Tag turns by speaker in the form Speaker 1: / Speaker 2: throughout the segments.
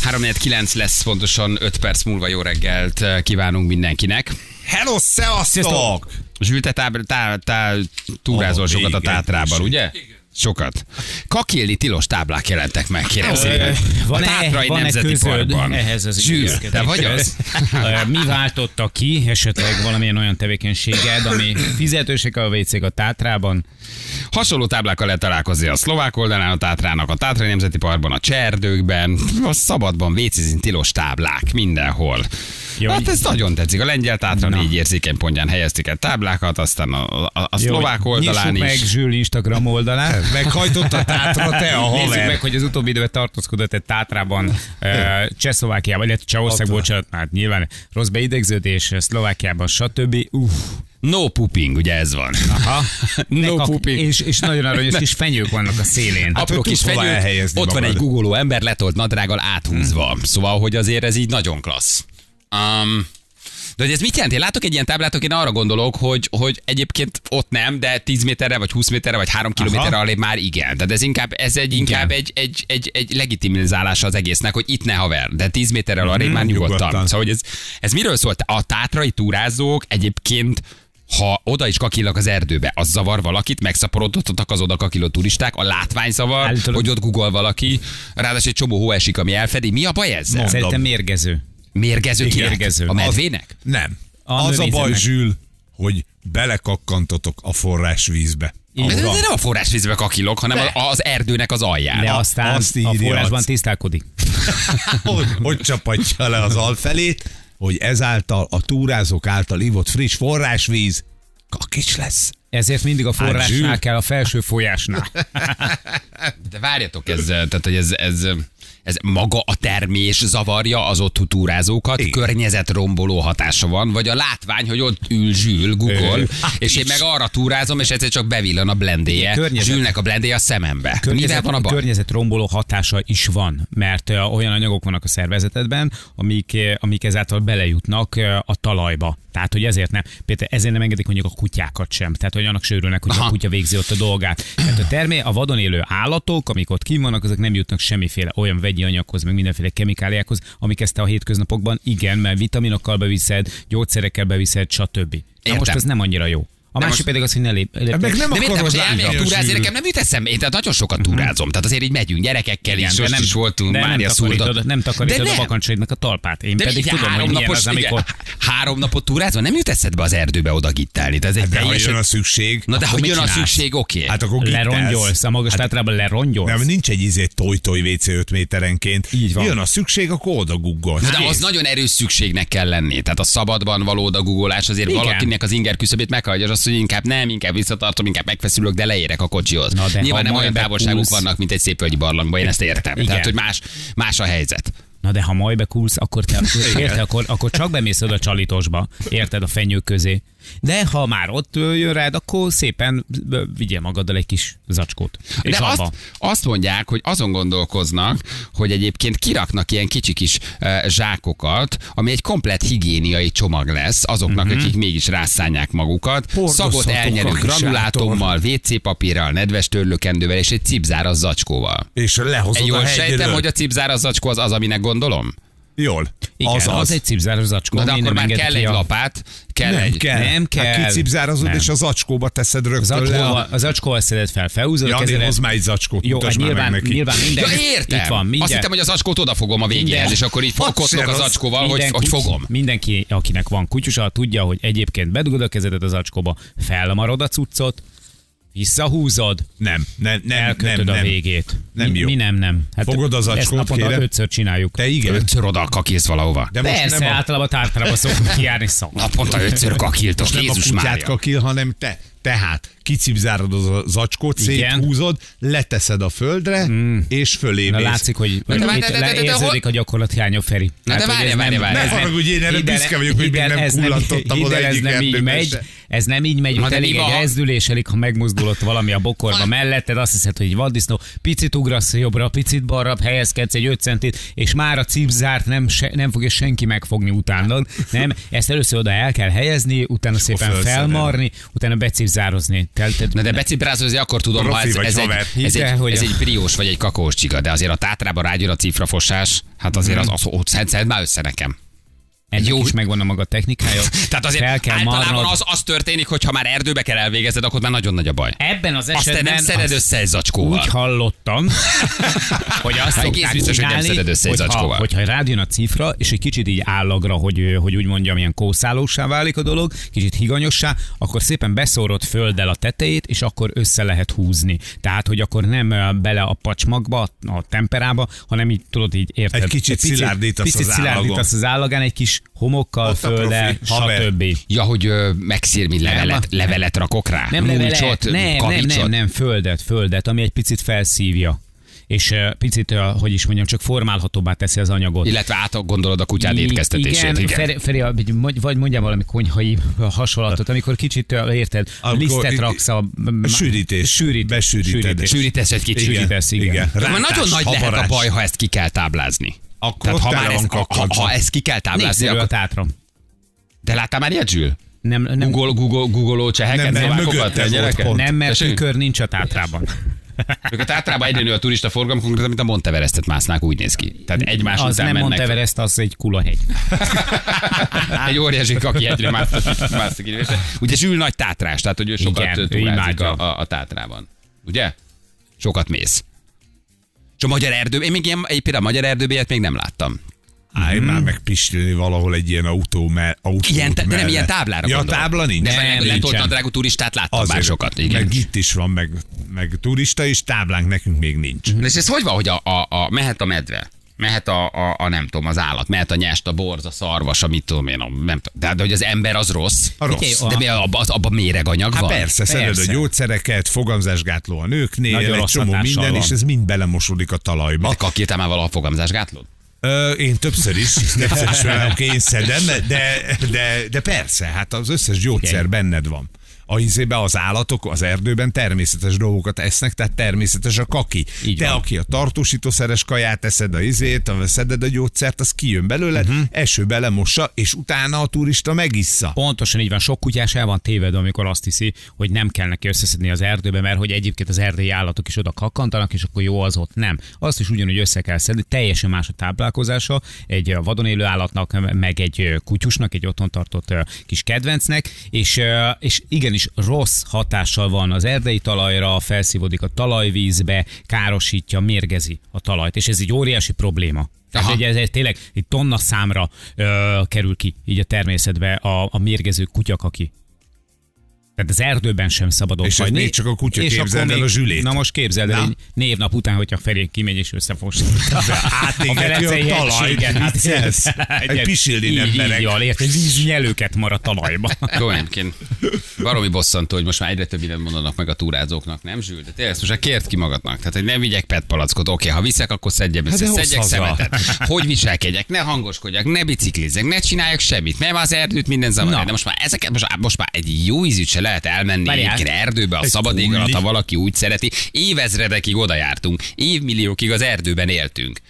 Speaker 1: 349 lesz pontosan 5 perc múlva jó reggelt eh, kívánunk mindenkinek.
Speaker 2: Hello, szevasztok!
Speaker 1: Zsülte tá, tá, tá, túrázol
Speaker 2: Ó,
Speaker 1: sokat a
Speaker 2: igen,
Speaker 1: tátrában,
Speaker 2: tessék.
Speaker 1: ugye? Sokat. Kakilni tilos táblák jelentek meg, kérem szépen.
Speaker 3: Van-e-
Speaker 1: a Tátrai
Speaker 3: van-e
Speaker 1: Nemzeti
Speaker 3: közöd
Speaker 1: Parkban.
Speaker 3: ehhez az
Speaker 1: Zsűr, te vagy az?
Speaker 3: intézkedéshez? Ö, Mi váltotta ki esetleg valamilyen olyan tevékenységed, ami fizetősek a wc a Tátrában?
Speaker 1: Hasonló táblákkal lehet találkozni a szlovák oldalán, a Tátrának, a Tátrai Nemzeti Parkban, a Cserdőkben, a szabadban, vécézin tilos táblák, mindenhol. Jó,
Speaker 3: Jó,
Speaker 1: hát ez nagyon tetszik. A lengyel tátra
Speaker 3: Na.
Speaker 1: négy érzékeny pontján helyezték el táblákat, aztán a, a, a szlovák
Speaker 3: Jó,
Speaker 1: oldalán
Speaker 3: nyissuk
Speaker 1: is.
Speaker 3: meg Zsül Instagram oldalát.
Speaker 2: Meghajtott a tátra te a
Speaker 3: Nézzük
Speaker 2: haver.
Speaker 3: meg, hogy az utóbbi időben tartózkodott egy Tátrában, ö, Csehszlovákiában, illetve Csehország,
Speaker 2: Ott van.
Speaker 3: bocsánat, hát nyilván rossz beidegződés, Szlovákiában, stb. Uff,
Speaker 1: No pooping, ugye ez van.
Speaker 3: aha. Ne
Speaker 1: No
Speaker 3: kak-
Speaker 1: pooping.
Speaker 3: és, és nagyon aranyos kis fenyők vannak a szélén.
Speaker 1: Hát apró
Speaker 2: hogy
Speaker 1: kis
Speaker 2: tud hova
Speaker 1: fenyőt, ott
Speaker 2: elhelyezni
Speaker 1: van
Speaker 2: magad. Mhm.
Speaker 1: egy guggoló ember letolt nadrággal áthúzva. Szóval, hogy azért ez így nagyon klassz. Um, de hogy ez mit jelent? Én látok egy ilyen táblátok, én arra gondolok, hogy, hogy egyébként ott nem, de 10 méterre, vagy 20 méterre, vagy 3 kilométerre alé már igen. Tehát ez inkább, ez egy, inkább egy, egy, egy, egy legitimizálása az egésznek, hogy itt ne haver, de 10 méterrel alé már nyugodtan.
Speaker 2: Mhm. nyugodtan.
Speaker 1: Szóval, hogy ez, ez miről szólt? A tátrai túrázók egyébként ha oda is kakilnak az erdőbe, az zavar valakit, megszaporodottak az oda kakiló turisták, a látvány zavar,
Speaker 3: Állítólag-
Speaker 1: hogy ott google valaki, ráadásul egy csomó hó esik, ami elfedi. Mi a baj ezzel?
Speaker 2: Mondom.
Speaker 3: Szerintem mérgező.
Speaker 1: Mérgező kinek?
Speaker 3: Mérgező.
Speaker 1: A medvének?
Speaker 2: Nem.
Speaker 3: A
Speaker 2: Az a baj,
Speaker 3: növényzemek.
Speaker 2: Zsül, hogy belekakkantotok a forrásvízbe.
Speaker 1: Ez
Speaker 2: Ahova.
Speaker 1: nem a forrásvízbe kakilok, hanem a- az erdőnek az alján.
Speaker 3: De aztán
Speaker 2: azt
Speaker 3: a
Speaker 2: írja
Speaker 3: forrásban
Speaker 2: az.
Speaker 3: tisztálkodik.
Speaker 2: hogy, hogy csapatja le az alfelét, hogy ezáltal a túrázók által ivott friss forrásvíz kakics lesz.
Speaker 3: Ezért mindig a forrásnál
Speaker 2: Zsűr.
Speaker 3: kell, a felső folyásnál.
Speaker 1: De várjatok, ez, tehát, hogy ez, ez, ez maga a termés zavarja az ott túrázókat,
Speaker 2: Igen.
Speaker 1: környezetromboló hatása van, vagy a látvány, hogy ott ül zsűl, Google,
Speaker 3: Ő.
Speaker 1: és én meg arra túrázom, és egyszer csak bevillan a blendéje,
Speaker 3: Környezet-
Speaker 1: zsűlnek a blendéje a szemembe. Mivel
Speaker 3: Környezet,
Speaker 1: van a baj?
Speaker 3: környezet romboló hatása is van, mert ö, olyan anyagok vannak a szervezetedben, amik, ö, amik ezáltal belejutnak ö, a talajba. Tehát, hogy ezért nem, például ezért nem engedik mondjuk a kutyákat sem. Tehát, hogy annak sörülnek, hogy
Speaker 1: Aha.
Speaker 3: a kutya végzi ott a dolgát. Tehát a termé, a vadon élő állatok, amik ott kim vannak, azok nem jutnak semmiféle olyan vegyi anyaghoz, meg mindenféle kemikáliákhoz, amik ezt te a hétköznapokban igen, mert vitaminokkal beviszed, gyógyszerekkel beviszed, stb. Na
Speaker 1: Értem.
Speaker 3: most ez nem annyira jó. A másik
Speaker 1: most-
Speaker 3: pedig az, hogy ne lép. lép
Speaker 2: Hát meg nem
Speaker 1: De miért nem
Speaker 2: akarod
Speaker 1: most elmegyek
Speaker 2: lányra.
Speaker 1: túrázni, nekem nem jut eszembe, én tehát nagyon sokat túrázom, tehát azért így megyünk gyerekekkel is,
Speaker 3: Mhm. de
Speaker 1: most is voltunk,
Speaker 3: de
Speaker 1: már
Speaker 3: nem
Speaker 1: a szúrda.
Speaker 3: takarítod, nem takarítod
Speaker 1: De
Speaker 3: a
Speaker 1: nem.
Speaker 3: bakancsaidnak a talpát. Én
Speaker 1: De
Speaker 3: pedig
Speaker 1: mindegy,
Speaker 3: tudom, hogy milyen az, amikor...
Speaker 1: há- három napot túrázva nem jut eszedbe az erdőbe oda gittálni. Tehát ez egy
Speaker 2: De ha
Speaker 1: teljesen...
Speaker 2: jön a szükség,
Speaker 1: Na de
Speaker 3: akkor
Speaker 1: hogy
Speaker 3: mit
Speaker 1: jön a
Speaker 3: csinálsz?
Speaker 1: szükség, oké.
Speaker 2: hát akkor gittelsz.
Speaker 3: Lerongyolsz, a
Speaker 1: Hát-
Speaker 3: magas tátrában lerongyolsz.
Speaker 2: Nem, nincs egy izé toj-toj WC 5 méterenként.
Speaker 3: Így van.
Speaker 2: Jön a szükség, akkor oda guggolsz.
Speaker 1: Na, de az nagyon erős szükségnek kell lenni. Tehát a szabadban való odagugolás azért Igen.
Speaker 3: Igen.
Speaker 1: valakinek az inger küszöbét meghagyja, és azt, hogy inkább nem, inkább visszatartom, inkább megfeszülök, de leérek a kocsihoz.
Speaker 3: Na de
Speaker 1: Nyilván
Speaker 3: ha
Speaker 1: nem
Speaker 3: majd
Speaker 1: olyan távolságok
Speaker 3: bepúsz.
Speaker 1: vannak, mint egy szép barlangban, én ezt értem.
Speaker 3: Igen.
Speaker 1: Tehát, hogy más, más a helyzet.
Speaker 3: Na de ha majd bekulsz, akkor te érted, akkor, akkor csak bemész oda a csalitosba, érted, a fenyő közé. De ha már ott ö, jön rád, akkor szépen ö, vigyél magaddal egy kis zacskót. És
Speaker 1: De azt,
Speaker 3: abba.
Speaker 1: azt mondják, hogy azon gondolkoznak, hogy egyébként kiraknak ilyen kicsi kis eh, zsákokat, ami egy komplet higiéniai csomag lesz azoknak, mm-hmm. akik mégis rászánják magukat.
Speaker 2: Hordozhatók
Speaker 1: Szagot elnyerő
Speaker 2: a kis
Speaker 1: granulátommal, WC papírral, nedves törlőkendővel és egy cipzáras zacskóval.
Speaker 2: És lehozod
Speaker 1: Egy
Speaker 2: a
Speaker 1: jól
Speaker 2: hegyről.
Speaker 1: sejtem, hogy a cipzáras zacskó az az, aminek gondolom?
Speaker 2: Jól.
Speaker 3: Igen, az, az. az egy cipzáros zacskó.
Speaker 1: Na de
Speaker 3: ami
Speaker 1: akkor
Speaker 3: nem
Speaker 1: már
Speaker 3: enged
Speaker 1: kell
Speaker 3: ki
Speaker 1: egy
Speaker 3: a-
Speaker 1: lapát, kell
Speaker 2: Nem
Speaker 1: egy...
Speaker 2: kell.
Speaker 3: Nem kell.
Speaker 2: Hát kicipzározod,
Speaker 3: Nem.
Speaker 2: és a zacskóba teszed
Speaker 3: Az
Speaker 2: rögtön le
Speaker 3: acskóval,
Speaker 2: a...
Speaker 3: az acskóval szeded fel, felhúzod a
Speaker 2: Jani,
Speaker 3: kezedet.
Speaker 2: hozd már egy zacskót,
Speaker 3: Jó, hát
Speaker 2: mutasd már
Speaker 3: nyilván,
Speaker 2: meg neki.
Speaker 3: nyilván minden.
Speaker 1: Ja, értem.
Speaker 3: Itt van, mindjárt.
Speaker 1: Azt hittem, hogy az acskót odafogom a végéhez,
Speaker 3: Minden.
Speaker 1: és akkor így
Speaker 2: Ott
Speaker 1: fokotlok
Speaker 2: se
Speaker 1: az
Speaker 2: rossz.
Speaker 1: acskóval, hogy,
Speaker 3: Minden
Speaker 1: hogy
Speaker 3: kuty-
Speaker 1: fogom.
Speaker 3: Mindenki, akinek van kutyusa, tudja, hogy egyébként bedugod a kezedet az acskóba, felmarod a cuccot, visszahúzod,
Speaker 2: Nem, nem, nem, nem,
Speaker 3: elkötöd a
Speaker 2: nem.
Speaker 3: végét.
Speaker 2: Nem
Speaker 3: mi,
Speaker 2: jó.
Speaker 3: Mi nem, nem. Hát
Speaker 2: Fogod az
Speaker 3: Ezt
Speaker 2: acskót,
Speaker 3: naponta
Speaker 2: kérem?
Speaker 3: ötször csináljuk.
Speaker 2: Te igen.
Speaker 1: Ötször oda kakilsz valahova.
Speaker 2: De most
Speaker 3: Persze,
Speaker 2: nem a,
Speaker 3: általában tártába szokunk járni szó.
Speaker 1: Naponta ötször kakiltok,
Speaker 2: nem a
Speaker 1: Jézus
Speaker 2: kutyát
Speaker 1: Mária.
Speaker 2: kakil, hanem te. Tehát kicipzárod az a zacskót,
Speaker 3: Igen.
Speaker 2: széthúzod, leteszed a földre, és fölé
Speaker 3: Na
Speaker 2: mész.
Speaker 3: látszik, hogy
Speaker 1: de várj,
Speaker 3: itt
Speaker 1: de- de- de- de-
Speaker 3: érződik a gyakorlat hiánya Feri.
Speaker 1: Na de
Speaker 3: Tehát, hogy
Speaker 1: várj,
Speaker 3: ez
Speaker 1: várj,
Speaker 3: nem-
Speaker 1: várj.
Speaker 2: Ne
Speaker 3: ez nem-
Speaker 2: haragudj, én erre
Speaker 3: ide-
Speaker 2: büszke vagyok, hogy még
Speaker 3: ide-
Speaker 2: nem
Speaker 3: ez
Speaker 2: kullantottam oda
Speaker 3: ide ez
Speaker 2: egyik
Speaker 3: nem így
Speaker 2: erdőbe
Speaker 3: megy,
Speaker 2: se.
Speaker 3: ez nem így megy,
Speaker 1: Na
Speaker 3: ott
Speaker 1: de mi
Speaker 3: elég
Speaker 1: van?
Speaker 3: egy rezdülés, elég, ha megmozdul ott valami a bokorba melletted, azt hiszed, hogy egy vaddisznó, picit ugrasz jobbra, picit balra, helyezkedsz egy 5 centit, és már a cipzárt nem, se, nem fogja senki megfogni utánad, nem? Ezt először oda el kell helyezni, utána szépen
Speaker 2: fölszerelni.
Speaker 3: felmarni, utána beciprázni. Telted,
Speaker 1: Na de beciprázni akkor tudom, ha
Speaker 2: Profi
Speaker 1: ez,
Speaker 2: vagy
Speaker 1: ez, egy,
Speaker 2: haver.
Speaker 1: ez,
Speaker 3: Hidd el,
Speaker 1: egy,
Speaker 3: hogy
Speaker 1: ez
Speaker 3: a-
Speaker 1: egy briós vagy egy kakaós csiga, de azért a tátrába rágyön a cifrafosás, hát azért
Speaker 3: Mhm.
Speaker 1: az, az, az, szed, szed már össze nekem.
Speaker 3: ennek
Speaker 1: Jó.
Speaker 3: jó. is megvan a maga technikája.
Speaker 1: Tehát azért
Speaker 3: Fel kell
Speaker 1: általában
Speaker 3: marnod.
Speaker 1: az, az történik, hogy ha már erdőbe kell elvégezned, akkor már nagyon nagy a baj.
Speaker 3: Ebben az
Speaker 1: Azt te
Speaker 3: esetben
Speaker 1: nem szeded
Speaker 3: azt
Speaker 1: össze egy zacskóval.
Speaker 3: úgy hallottam, hogy azt
Speaker 1: Hát egész
Speaker 3: szokták
Speaker 1: biztos, hogy nem
Speaker 3: csinálni,
Speaker 1: szeded össze egy
Speaker 3: hogyha,
Speaker 1: zacskóval.
Speaker 3: hogyha rád jön a cifra, és egy kicsit így állagra, hogy, hogy úgy mondjam, ilyen kószálósá válik a dolog, kicsit higanyossá, akkor szépen beszórod földdel a tetejét, és akkor össze lehet húzni. Tehát, hogy akkor nem ö, bele a pacsmagba, a temperába, hanem így tudod így érted.
Speaker 2: Egy kicsit szilárdítasz
Speaker 3: picit
Speaker 2: az
Speaker 3: szilárdítasz az állagán, egy kis homokkal,
Speaker 2: Ott a profi
Speaker 3: földdel,
Speaker 2: haver.
Speaker 3: stb.
Speaker 1: Ja, hogy ö, megszírmi levelet,
Speaker 3: Nem.
Speaker 1: levelet rakok rá?
Speaker 3: Nem
Speaker 1: Mulcsot,
Speaker 3: levelet, nem, nem,
Speaker 1: kavicsot?
Speaker 3: nem, nem, földet, földet, ami egy picit felszívja. És ö, picit, ö, hogy is mondjam, csak formálhatóbbá teszi az anyagot.
Speaker 1: Illetve átgondolod a kutyád étkeztetését.
Speaker 3: Igen,
Speaker 1: Igen.
Speaker 3: Feri, Feri, vagy- mondj- vagy mondjál valami konyhai hasonlatot, amikor kicsit ö, érted,
Speaker 2: Akkor
Speaker 3: akkor lisztet
Speaker 2: i-
Speaker 3: raksz a...
Speaker 2: sűrítés.
Speaker 3: Sűrít,
Speaker 2: Besűríted.
Speaker 3: sűrítés.
Speaker 1: Sűrítesz egy kicsit.
Speaker 3: Igen. Sűrítesz, igen.
Speaker 1: Ja,
Speaker 2: Rántás,
Speaker 1: Már nagyon nagy
Speaker 2: habarás.
Speaker 1: lehet a baj, ha ezt ki kell táblázni.
Speaker 2: Akkor
Speaker 1: Tehát ha
Speaker 2: tele
Speaker 1: már
Speaker 2: van
Speaker 1: ezt, ha,
Speaker 2: kakacsa.
Speaker 1: ha ezt ki kell táblázni,
Speaker 3: Népszerű a
Speaker 1: akkor...
Speaker 3: tátra.
Speaker 1: De láttál már ilyet, Zsül?
Speaker 3: Nem, nem,
Speaker 1: Google, Google, Google cseheket,
Speaker 2: Nem, nem,
Speaker 1: szlovákokat,
Speaker 2: mögötted
Speaker 1: a
Speaker 2: volt
Speaker 1: gyerekek?
Speaker 2: pont.
Speaker 3: nem, mert
Speaker 1: Tessék?
Speaker 3: tükör nincs a tátrában.
Speaker 1: Ők a tátrában egyre nő a turista forgalom, konkrétan, mint a Monteverestet másznák, úgy néz ki. Tehát egymás
Speaker 3: Az
Speaker 1: után
Speaker 3: nem
Speaker 1: mennek.
Speaker 3: Monteverest, az egy kulahegy.
Speaker 1: egy óriási kaki egyre más- mászik. így. Ugye Zsül nagy tátrás, tehát hogy ő sokat
Speaker 3: Igen, ő
Speaker 1: túrázik
Speaker 3: imádja.
Speaker 1: a, a, a, tátrában. Ugye? Sokat mész. És a magyar erdő, én még ilyen, egy például a magyar erdőbélyet még nem láttam.
Speaker 2: Állj már meg pislőni valahol egy ilyen autó, mert autó
Speaker 1: Ilyen, de nem
Speaker 2: mellett.
Speaker 1: ilyen táblára
Speaker 2: Ja,
Speaker 1: gondolok.
Speaker 2: tábla nincs?
Speaker 1: De nem, letolt
Speaker 3: nincsen.
Speaker 1: nadrágú turistát láttam
Speaker 2: Azért.
Speaker 1: már sokat. Igen.
Speaker 2: Meg itt is van, meg, meg turista, és táblánk nekünk még nincs.
Speaker 1: Na és ez hogy van, hogy a, a, a mehet a medve? Mehet a, a, a, nem tudom, az állat, mehet a nyest, a borz, a szarvas, a mit tudom én, a, nem tudom. De, de hogy az ember az rossz.
Speaker 2: A rossz.
Speaker 1: De mi, abban abba méreganyag
Speaker 2: Hát
Speaker 1: van?
Speaker 2: persze, szeded
Speaker 3: Persze.
Speaker 2: a gyógyszereket, fogamzásgátló a nőknél,
Speaker 3: Nagyon
Speaker 2: egy
Speaker 3: rossz
Speaker 2: csomó
Speaker 3: hatással
Speaker 2: minden,
Speaker 3: van.
Speaker 2: és ez mind belemosodik a
Speaker 1: Te
Speaker 2: talajba.
Speaker 1: kakírtál már valaha fogamzásgátlót?
Speaker 2: Ö, én többször is, többször is velem kényszedem, de, de, de persze, hát az összes gyógyszer
Speaker 3: Igen.
Speaker 2: benned van. A izébe az állatok az erdőben természetes dolgokat esznek, tehát természetes a kaki.
Speaker 3: Így
Speaker 2: Te,
Speaker 3: van.
Speaker 2: aki a tartósítószeres kaját eszed, a izét, a szeded a gyógyszert, az kijön belőled,
Speaker 3: Mhm.
Speaker 2: uh-huh. esőbe lemossa, és utána a turista megissza.
Speaker 3: Pontosan így van, sok kutyás el van tévedve, amikor azt hiszi, hogy nem kell neki összeszedni az erdőbe, mert hogy egyébként az erdei állatok is oda kakkantanak, és akkor jó az ott nem. Azt is ugyanúgy össze kell szedni, teljesen más a táplálkozása egy ö, vadon élő állatnak, meg egy ö, kutyusnak, egy otthon tartott ö, kis kedvencnek, és, ö, és igenis rossz hatással van az erdei talajra, felszívódik a talajvízbe, károsítja, mérgezi a talajt, és ez egy óriási probléma. Tehát
Speaker 1: Aha.
Speaker 3: egy, ez, ez tényleg egy tonna számra ö, kerül ki így a természetbe a, a mérgező kutyakaki. Tehát az erdőben sem szabad ott
Speaker 2: És ez
Speaker 3: hagyni.
Speaker 2: még csak a kutya,
Speaker 3: És
Speaker 2: képzeld
Speaker 3: akkor
Speaker 2: el
Speaker 3: még-
Speaker 2: a zsülét.
Speaker 3: Na most képzeld el,
Speaker 2: Na?
Speaker 3: egy névnap után, hogyha Feri kimegy és összefos.
Speaker 2: Átégeti a,
Speaker 3: velencei
Speaker 2: talajt,
Speaker 3: hegységet, hát-
Speaker 2: viccelsz? Egy pisilni nem
Speaker 3: így, így,
Speaker 2: merek.
Speaker 3: jól érted, víznyelőket mar a talajba.
Speaker 1: Golyemként. Baromi bosszantó, hogy most már egyre több mindent mondanak meg a túrázóknak, nem Zsül? De tényleg ezt most már kért ki magadnak. Tehát, hogy nem vigyek PET palackot, oké, ha viszek, akkor szedjem össze,
Speaker 2: Hát de hozz
Speaker 1: szedjek
Speaker 2: haza.
Speaker 1: szemetet. Hogy viselkedjek, ne hangoskodjak, ne biciklizzek, ne csináljak semmit, nem az erdőt minden zavarja. De most már ezeket, most, most már egy jó ízűt se lehet elmenni
Speaker 3: Várjál.
Speaker 1: egyébként erdőbe, a
Speaker 2: Egy
Speaker 1: szabad ég alatt,
Speaker 2: kulli.
Speaker 1: ha valaki úgy szereti. Évezredekig oda jártunk, évmilliókig az erdőben éltünk.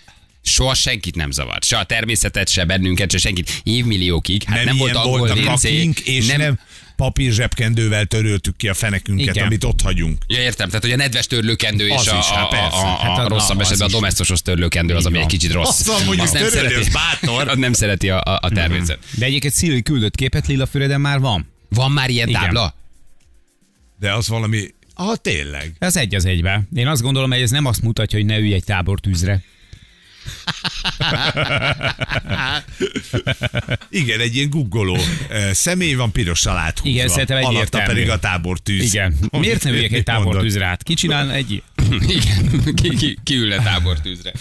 Speaker 1: Soha senkit nem zavart. Se a természetet, se bennünket, se senkit. Évmilliókig. Hát nem, nem volt
Speaker 2: ilyen
Speaker 1: angol izé,
Speaker 2: volt a
Speaker 1: WC,
Speaker 2: kakink, és nem, nem papír zsebkendővel töröltük ki a fenekünket,
Speaker 3: Igen.
Speaker 2: amit ott hagyunk.
Speaker 1: Ja, értem, tehát hogy a nedves törlőkendő és
Speaker 2: Az
Speaker 1: a,
Speaker 2: is, hát
Speaker 1: a,
Speaker 2: persze.
Speaker 1: a, a,
Speaker 3: Hát
Speaker 1: a
Speaker 3: az-
Speaker 1: rosszabb
Speaker 3: az
Speaker 1: esetben a
Speaker 3: is.
Speaker 1: domesztosos törlőkendő az, ami egy
Speaker 3: van.
Speaker 1: kicsit rossz.
Speaker 2: Azt mondom, mondjuk
Speaker 1: nem
Speaker 2: törölni,
Speaker 1: szereti,
Speaker 2: az bátor. Mhm.
Speaker 1: az nem szereti a, a, a természet.
Speaker 3: De egyébként Szilvi küldött képet, Lilafüreden már van.
Speaker 1: Van már ilyen
Speaker 3: Igen.
Speaker 1: tábla?
Speaker 2: De az valami... Ah, tényleg.
Speaker 3: Ez egy az egybe. Én azt gondolom, hogy ez nem azt mutatja, hogy ne ülj egy tábortűzre.
Speaker 2: Igen, egy ilyen guggoló eh, személy van pirossal áthúzva.
Speaker 3: Igen, szerintem
Speaker 2: Alatta
Speaker 3: egyértelmű.
Speaker 2: pedig a tábortűz.
Speaker 3: Igen.
Speaker 2: Amit
Speaker 3: Miért ne üljek egy
Speaker 2: mit mondod?
Speaker 3: tábortűzre át? Ki csinál egy
Speaker 1: Igen, ki, ki, ki ülne tábortűzre.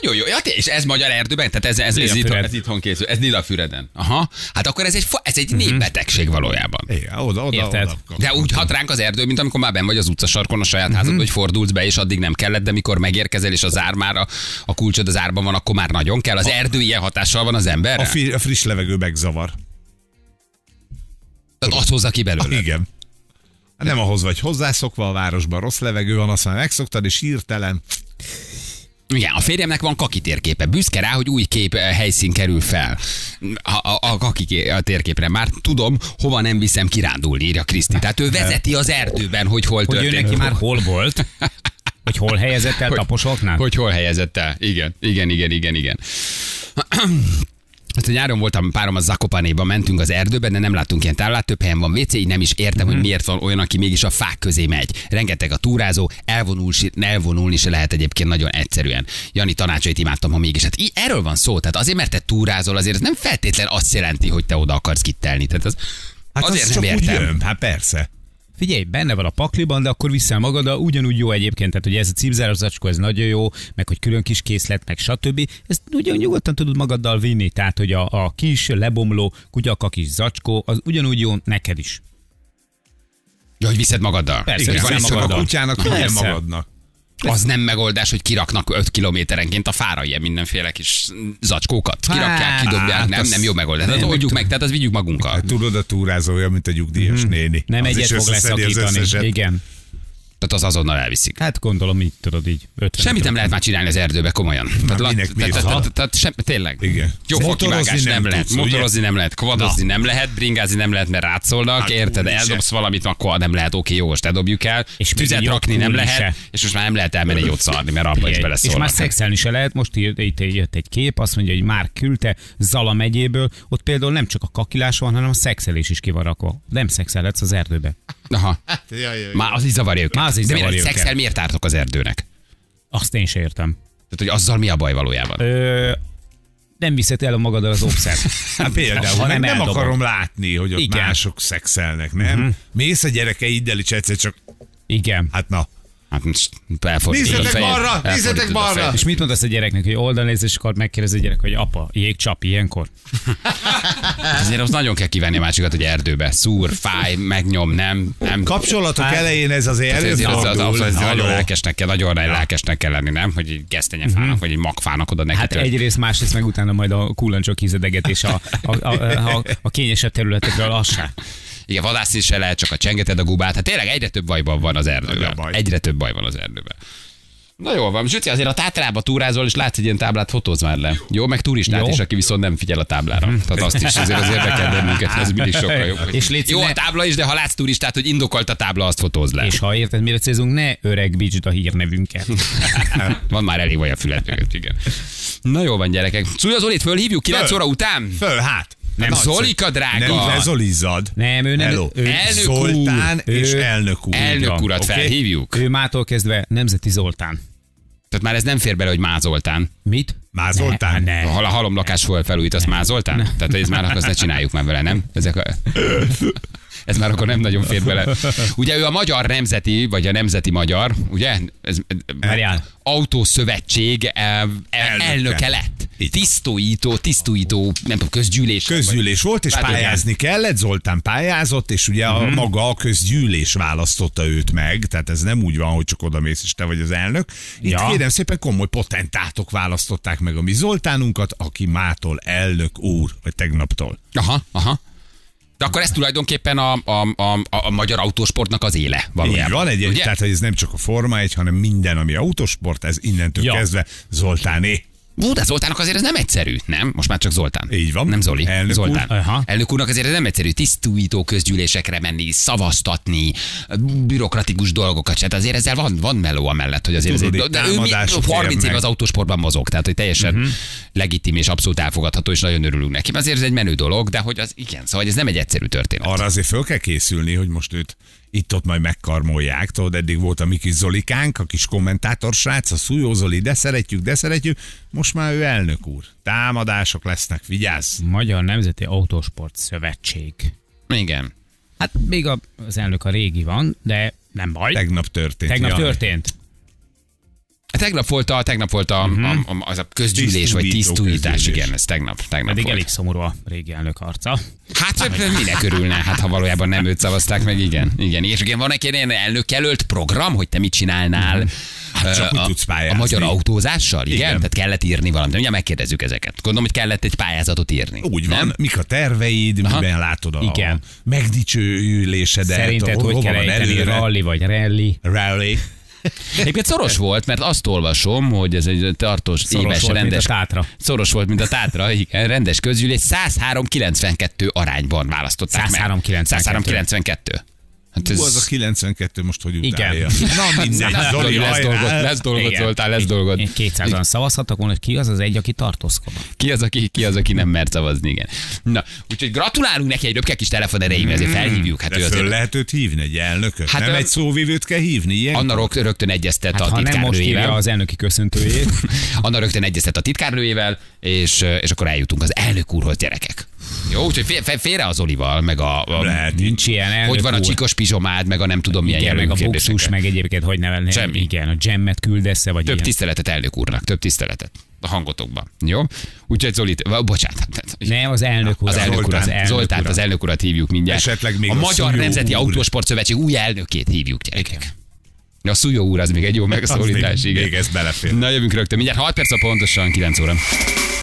Speaker 1: Nagyon jó. Ja, té- és ez magyar erdőben? Tehát ez, ez, ez,
Speaker 3: Lilafüred.
Speaker 1: itthon, ez itthon készül. Ez Lilafüreden. Aha. Hát akkor ez egy, fa- ez egy
Speaker 2: Mhm.
Speaker 1: népbetegség valójában.
Speaker 2: Igen, oda, oda,
Speaker 3: Érted?
Speaker 2: oda. kap-
Speaker 1: De úgy hat ránk az erdő, mint amikor már ben vagy az utcasarkon a saját
Speaker 3: Mhm.
Speaker 1: házad, hogy fordulsz be, és addig nem kellett, de mikor megérkezel, és az ár már, a, a kulcsod az árban van, akkor már nagyon kell. Az erdő ilyen hatással van az
Speaker 2: A,
Speaker 1: emberre? Fi-
Speaker 2: fi, a friss levegő megzavar.
Speaker 1: Tehát azt hozza ki belőle.
Speaker 2: Igen. Hát Nem ahhoz vagy hozzászokva a városban, rossz levegő van, aztán megszoktad, és hirtelen
Speaker 1: Igen, a férjemnek van kaki térképe. Büszke rá, hogy új kép eh, helyszín kerül fel. a, a, a, kakik a térképre. Már tudom, hova nem viszem kirándulni, írja Kriszti. Tehát ő vezeti az erdőben, hogy hol
Speaker 3: Hogy ő
Speaker 1: történik.
Speaker 3: neki már hol volt, hogy hol helyezett el
Speaker 1: Hogy-
Speaker 3: taposoknál.
Speaker 1: Hogy hol helyezett el. Igen, igen, igen, igen, igen. Azt Hát, a nyáron voltam párom a Zakopanéba, mentünk az erdőbe, de nem láttunk ilyen táblát, több helyen van WC, így nem is értem, hogy miért van olyan, aki mégis a fák közé megy. Rengeteg a túrázó, elvonul, si- elvonulni se lehet egyébként nagyon egyszerűen. Jani tanácsait imádtam, ha mégis. Hát í- erről van szó, tehát azért, mert te túrázol, azért ez nem feltétlen azt jelenti, hogy te oda akarsz kittelni. Tehát az,
Speaker 2: Hát
Speaker 1: azért
Speaker 2: az
Speaker 1: nem
Speaker 2: csak úgy
Speaker 1: értem.
Speaker 2: jön, hát persze.
Speaker 3: Figyelj, benne van a pakliban, de akkor viszel magaddal, ugyanúgy jó egyébként, tehát hogy ez a címzározacskó, ez nagyon jó, meg hogy külön kis készlet, meg stb. Ezt ugyan nyugodtan tudod magaddal vinni, tehát hogy a, a kis lebomló kutyaka kis zacskó, az ugyanúgy jó neked is.
Speaker 1: Ja, hogy viszed magaddal.
Speaker 3: Persze,
Speaker 1: Igen,
Speaker 2: Igen,
Speaker 3: viszem
Speaker 1: van
Speaker 2: nem
Speaker 1: egy
Speaker 2: csak a
Speaker 3: magaddal.
Speaker 2: kutyának, hanem
Speaker 3: Persze.
Speaker 2: magadnak.
Speaker 1: Az nem megoldás, hogy kiraknak 5 kilométerenként a fára ilyen mindenféle kis zacskókat. Kirakják,
Speaker 3: Hát,
Speaker 1: kidobják, nem,
Speaker 2: az-
Speaker 1: nem jó megoldás. Tehát oldjuk meg, tehát azt vigyük magunkkal.
Speaker 2: Hát tudod, a túrázó olyan, mint a nyugdíjas néni.
Speaker 3: Nem
Speaker 2: Az
Speaker 3: egyet
Speaker 2: is
Speaker 3: fog
Speaker 2: összeszedi az
Speaker 3: leszakítani.
Speaker 2: összeset.
Speaker 3: Igen.
Speaker 1: Tehát az azonnal elviszik.
Speaker 3: Hát gondolom így tudod így. 50
Speaker 1: Semmit nem lehet már csinálni az erdőbe, komolyan. Tehát, lat-
Speaker 2: minek mi?
Speaker 1: tehát-
Speaker 2: Aha.
Speaker 1: tehát- tehát sem- tényleg.
Speaker 2: Igen.
Speaker 1: Jó,
Speaker 2: Motorozni
Speaker 1: hokivágás nem,
Speaker 2: nem
Speaker 1: lehet,
Speaker 2: tudsz, ugye?
Speaker 1: motorozni nem lehet, kvadozni nem lehet, bringázni nem lehet, mert rátszolnak,
Speaker 2: Hát,
Speaker 1: érted?
Speaker 2: úgy se.
Speaker 1: Eldobsz valamit, akkor nem lehet, oké, jó, most eldobjuk el, és
Speaker 3: És még
Speaker 1: tüzet
Speaker 3: így jó,
Speaker 1: rakni nem
Speaker 3: úgy
Speaker 1: lehet,
Speaker 3: se.
Speaker 1: és most már nem lehet elmenni jót szarni, mert abba is
Speaker 3: Figyelj, És
Speaker 1: beleszólnak.
Speaker 3: már szexelni se lehet, most ír- itt jött egy kép, azt mondja, hogy már küldte Zala megyéből, ott például nem csak a kakilás van, hanem a szexelés is ki van rakva. Nem szexelhetsz az erdőbe.
Speaker 1: Aha. Már az is zavarja őket.
Speaker 3: Már az is
Speaker 1: De miért
Speaker 3: zavarja őket.
Speaker 1: szexel miért ártok az erdőnek?
Speaker 3: Azt én se értem.
Speaker 1: Tehát, hogy azzal mi a baj valójában?
Speaker 3: Ö, nem viszed el a magaddal az ókszert.
Speaker 2: Hát például,
Speaker 3: Ha
Speaker 2: ha
Speaker 3: nem
Speaker 2: nem, nem
Speaker 3: eldobom.
Speaker 2: akarom látni, hogy ott
Speaker 3: Igen.
Speaker 2: Igen. mások szexelnek, nem? Uh-huh. Mész a gyerekeiddel is egyszer csak,
Speaker 3: Igen.
Speaker 2: hát na.
Speaker 1: Hát most elfordítod
Speaker 2: Nézzetek
Speaker 1: a fejed,
Speaker 2: balra,
Speaker 1: elfordítod
Speaker 2: nézzetek
Speaker 1: a
Speaker 2: balra.
Speaker 1: fejed.
Speaker 3: És mit mondasz a gyereknek, hogy oldalnézéskor megkérdezi a gyerek, hogy apa, jégcsap ilyenkor?
Speaker 1: Azért az nagyon kell kivenni a másikat, hogy erdőbe. Szúr, fáj, megnyom, nem. nem.
Speaker 2: Kapcsolatok hát, elején ez azért
Speaker 1: Tehát azért az, az, az, az,
Speaker 2: előfordul.
Speaker 1: nagyon
Speaker 2: Halló.
Speaker 1: lelkesnek kell, nagyon lelkesnek kell lenni, nem? Hogy egy gesztenyefának, vagy egy magfának oda neki
Speaker 3: Mhm. Hát
Speaker 1: tört.
Speaker 3: egyrészt, másrészt meg utána majd a kullancsok hízedeget és a, a, a, a, a, a kényesebb területekről lassá.
Speaker 1: Igen, vadászni se lehet, csak a csengeted a gubát. Hát tényleg egyre több bajban van az erdőben.
Speaker 2: Nagy a baj.
Speaker 1: Egyre több baj van az erdőben. Na jól van, Zsüci, azért a tátrába túrázol, és látsz egy ilyen táblát, fotóz már le. Jó, meg turistát
Speaker 3: Jó. Hm.
Speaker 1: is, aki viszont nem figyel a táblára. Tehát azt is azért az érdekel bennünket, ez mindig sokkal jobb.
Speaker 3: És légy
Speaker 1: jó
Speaker 3: színe-
Speaker 1: a tábla is, de ha látsz turistát, hogy indokolt a tábla, azt fotóz le.
Speaker 3: És ha érted, mire célzunk, ne öreg bicsd a hírnevünket.
Speaker 1: Van már elég olyan fület mögött, igen. Na jó van, gyerekek. Szúlya Zolit fölhívjuk 9
Speaker 2: Föl.
Speaker 1: óra után?
Speaker 2: Föl, hát.
Speaker 1: Nem,
Speaker 2: Nagy
Speaker 1: Zolika
Speaker 2: szó-
Speaker 1: drága.
Speaker 2: Nem, ne zolizzad.
Speaker 3: Nem, ő nem-
Speaker 2: Hello.
Speaker 3: ő-
Speaker 1: Elnök úr.
Speaker 2: Zoltán
Speaker 3: Ő-
Speaker 2: és elnök úr.
Speaker 1: Elnök
Speaker 3: van,
Speaker 1: urat
Speaker 2: oké?
Speaker 1: felhívjuk.
Speaker 3: Ő mától kezdve Nemzeti Zoltán.
Speaker 1: Tehát már ez nem fér bele, hogy Mázoltán.
Speaker 3: Mit?
Speaker 2: Már Zoltán?
Speaker 3: Ne,
Speaker 1: A
Speaker 3: ne.
Speaker 1: hal- a halomlakás fel felújít, azt Mázoltán? Tehát ez már akkor ne csináljuk már vele, nem? Ezek a... Ez már akkor nem nagyon fér bele. Ugye ő a magyar nemzeti, vagy a nemzeti magyar, ugye? Ez,
Speaker 3: Várjál.
Speaker 1: Autószövetség eh, elnöke. elnöke lett. Tisztújító, tisztújító, nem tudom, közgyűlés.
Speaker 2: Közgyűlés volt, és
Speaker 1: Hát igen.
Speaker 2: pályázni kellett, Zoltán pályázott, és ugye a maga a közgyűlés választotta őt meg, tehát ez nem úgy van, hogy csak oda mész, és te vagy az elnök. Itt
Speaker 3: Ja.
Speaker 2: ja. kérem szépen komoly potentátok választották meg a mi Zoltánunkat, aki mától elnök úr, vagy tegnaptól.
Speaker 1: Aha, aha. De akkor ez tulajdonképpen a, a, a, a, a magyar autósportnak az éle
Speaker 2: Így
Speaker 1: valójában.
Speaker 2: van egy,
Speaker 1: Ugye?
Speaker 2: tehát hogy ez nem csak a Forma egy, hanem minden, ami autosport, ez innentől
Speaker 3: Ja.
Speaker 2: ja. kezdve Zoltáné.
Speaker 1: Ú, de Zoltánnak azért ez nem egyszerű, nem? Most már csak Zoltán.
Speaker 2: Így van.
Speaker 1: Nem Zoli,
Speaker 2: Elnök
Speaker 1: Zoltán.
Speaker 3: úr. Aha.
Speaker 1: Elnök úrnak azért ez nem egyszerű tisztújító közgyűlésekre menni, szavaztatni, bürokratikus dolgokat. Tehát azért ezzel van, van meló amellett, hogy azért
Speaker 2: Tudod,
Speaker 1: ez egy-
Speaker 2: itt
Speaker 1: de ő mi-
Speaker 2: támadások
Speaker 1: 30 év
Speaker 2: érnek. Mhm.
Speaker 1: az autósportban mozog, tehát hogy teljesen uh-huh. legitim és abszolút elfogadható, és nagyon örülünk neki. Mert azért ez egy menő dolog, de hogy az igen, szóval hogy ez nem egy egyszerű történet.
Speaker 2: Arra azért föl kell készülni, hogy most őt itt-ott majd megkarmolják. Tudod, eddig volt a mi kis Zolikánk, a kis kommentátor srác, a Szújó Zoli, de szeretjük, de szeretjük. Most már ő elnök úr. Támadások lesznek, vigyázz!
Speaker 3: Magyar Nemzeti Autósport Szövetség.
Speaker 1: Igen.
Speaker 3: Hát még a, az elnök a régi van, de nem baj.
Speaker 2: Tegnap történt.
Speaker 3: Tegnap
Speaker 2: Jaj.
Speaker 3: történt.
Speaker 1: Tegnap volt a, tegnap volt a, uh-huh. a, a, az a közgyűlés, vagy
Speaker 2: Mhm. Tisztújító
Speaker 1: tisztújítás,
Speaker 2: közgyűlés.
Speaker 1: igen, ez tegnap, tegnap
Speaker 3: Pedig
Speaker 1: volt.
Speaker 3: elég szomorú a régi elnök arca.
Speaker 1: Hát hogy minek örülne, hát ha valójában nem őt szavazták meg, igen. igen. És igen, van egy ilyen elnök jelölt program, hogy te mit csinálnál hát
Speaker 2: csak úgy tudsz
Speaker 1: a
Speaker 2: pályázni.
Speaker 1: magyar autózással, igen? igen?
Speaker 2: Igen.
Speaker 1: Tehát kellett írni valamit, ugye megkérdezzük ezeket. Gondolom, hogy kellett egy pályázatot írni.
Speaker 2: Úgy van,
Speaker 1: Nem?
Speaker 2: nem? mik a terveid, Aha. miben látod a
Speaker 3: Igen.
Speaker 2: megdicsőülésedet,
Speaker 3: Szerinted
Speaker 2: hol-
Speaker 3: hogy
Speaker 2: hova
Speaker 3: kell
Speaker 2: van
Speaker 3: ejteni,
Speaker 2: előre.
Speaker 3: rally vagy rally?
Speaker 2: Rally.
Speaker 1: Egyébként szoros volt, mert azt olvasom, hogy ez egy tartós
Speaker 3: Szoros
Speaker 1: éves
Speaker 3: volt, mint
Speaker 1: rendes...
Speaker 3: a tátra.
Speaker 1: Szoros volt, mint a tátra, igen, rendes közgyűlés 103-92 arányban választották
Speaker 3: 103-92.
Speaker 1: meg. 103-92. Hát
Speaker 2: Hú, az a 92 most hogy utálja.
Speaker 3: Igen.
Speaker 2: Na mindegy,
Speaker 1: Na,
Speaker 2: Zoli,
Speaker 1: lesz dolgod,
Speaker 2: hajrá.
Speaker 1: lesz dolgod,
Speaker 3: Igen.
Speaker 1: Zoltán, lesz dolgod.
Speaker 3: 200-an szavazhatok volna, hogy ki az az egy, aki Hát tartózkodott.
Speaker 1: Ki az, aki, ki az, aki nem mer szavazni, igen. Na, úgyhogy gratulálunk neki egy röpke kis telefon erejével,
Speaker 3: Mm.
Speaker 1: ezért felhívjuk. Hát ő
Speaker 2: De föl
Speaker 1: azért
Speaker 2: lehet őt hívni, egy
Speaker 1: Hát,
Speaker 2: elnököt. Hát nem
Speaker 1: ö-
Speaker 2: egy szóvivőt kell hívni, ilyen?
Speaker 1: Anna rok- rögtön egyeztet
Speaker 3: Hát
Speaker 1: a
Speaker 3: ha nem most hívja
Speaker 1: titkárnőjével.
Speaker 3: az elnöki köszöntőjét,
Speaker 1: Anna rögtön egyeztet a titkárnőjével, és, és akkor eljutunk az elnök úrhoz, gyerekek. Jó, úgyhogy fél, fél, félre az Olival, meg a, a
Speaker 2: Lehet.
Speaker 3: nincs ilyen elnök
Speaker 1: hogy van a
Speaker 3: úr.
Speaker 1: csikos pizsomád, meg a nem tudom milyen
Speaker 3: igen,
Speaker 1: jellegű
Speaker 3: meg a
Speaker 1: kérdésekkel.
Speaker 3: boxus, meg egyébként hogy nevelni.
Speaker 1: Semmi.
Speaker 3: Igen, a gemmet küldesz vagy
Speaker 1: Több
Speaker 3: ilyen.
Speaker 1: tiszteletet elnök úrnak, több tiszteletet a hangotokban. Jó? Úgyhogy Zolit, va- bocsánat.
Speaker 3: Ne, az elnök úr.
Speaker 1: Az elnök urat,
Speaker 2: Zoltán.
Speaker 1: az elnök Zoltánt,
Speaker 3: urat.
Speaker 1: az elnök urat hívjuk mindjárt.
Speaker 2: Esetleg még
Speaker 1: a,
Speaker 2: a
Speaker 1: Magyar
Speaker 2: Szújó
Speaker 1: Nemzeti
Speaker 2: úr.
Speaker 1: Autósport Szövetség új elnökét hívjuk, gyerekek. A Szújó úr az még egy jó
Speaker 2: Az még-
Speaker 1: megszólítás, igen.
Speaker 2: Még ez belefér.
Speaker 1: Na jövünk rögtön, mindjárt 6 perc a pontosan, 9 óra.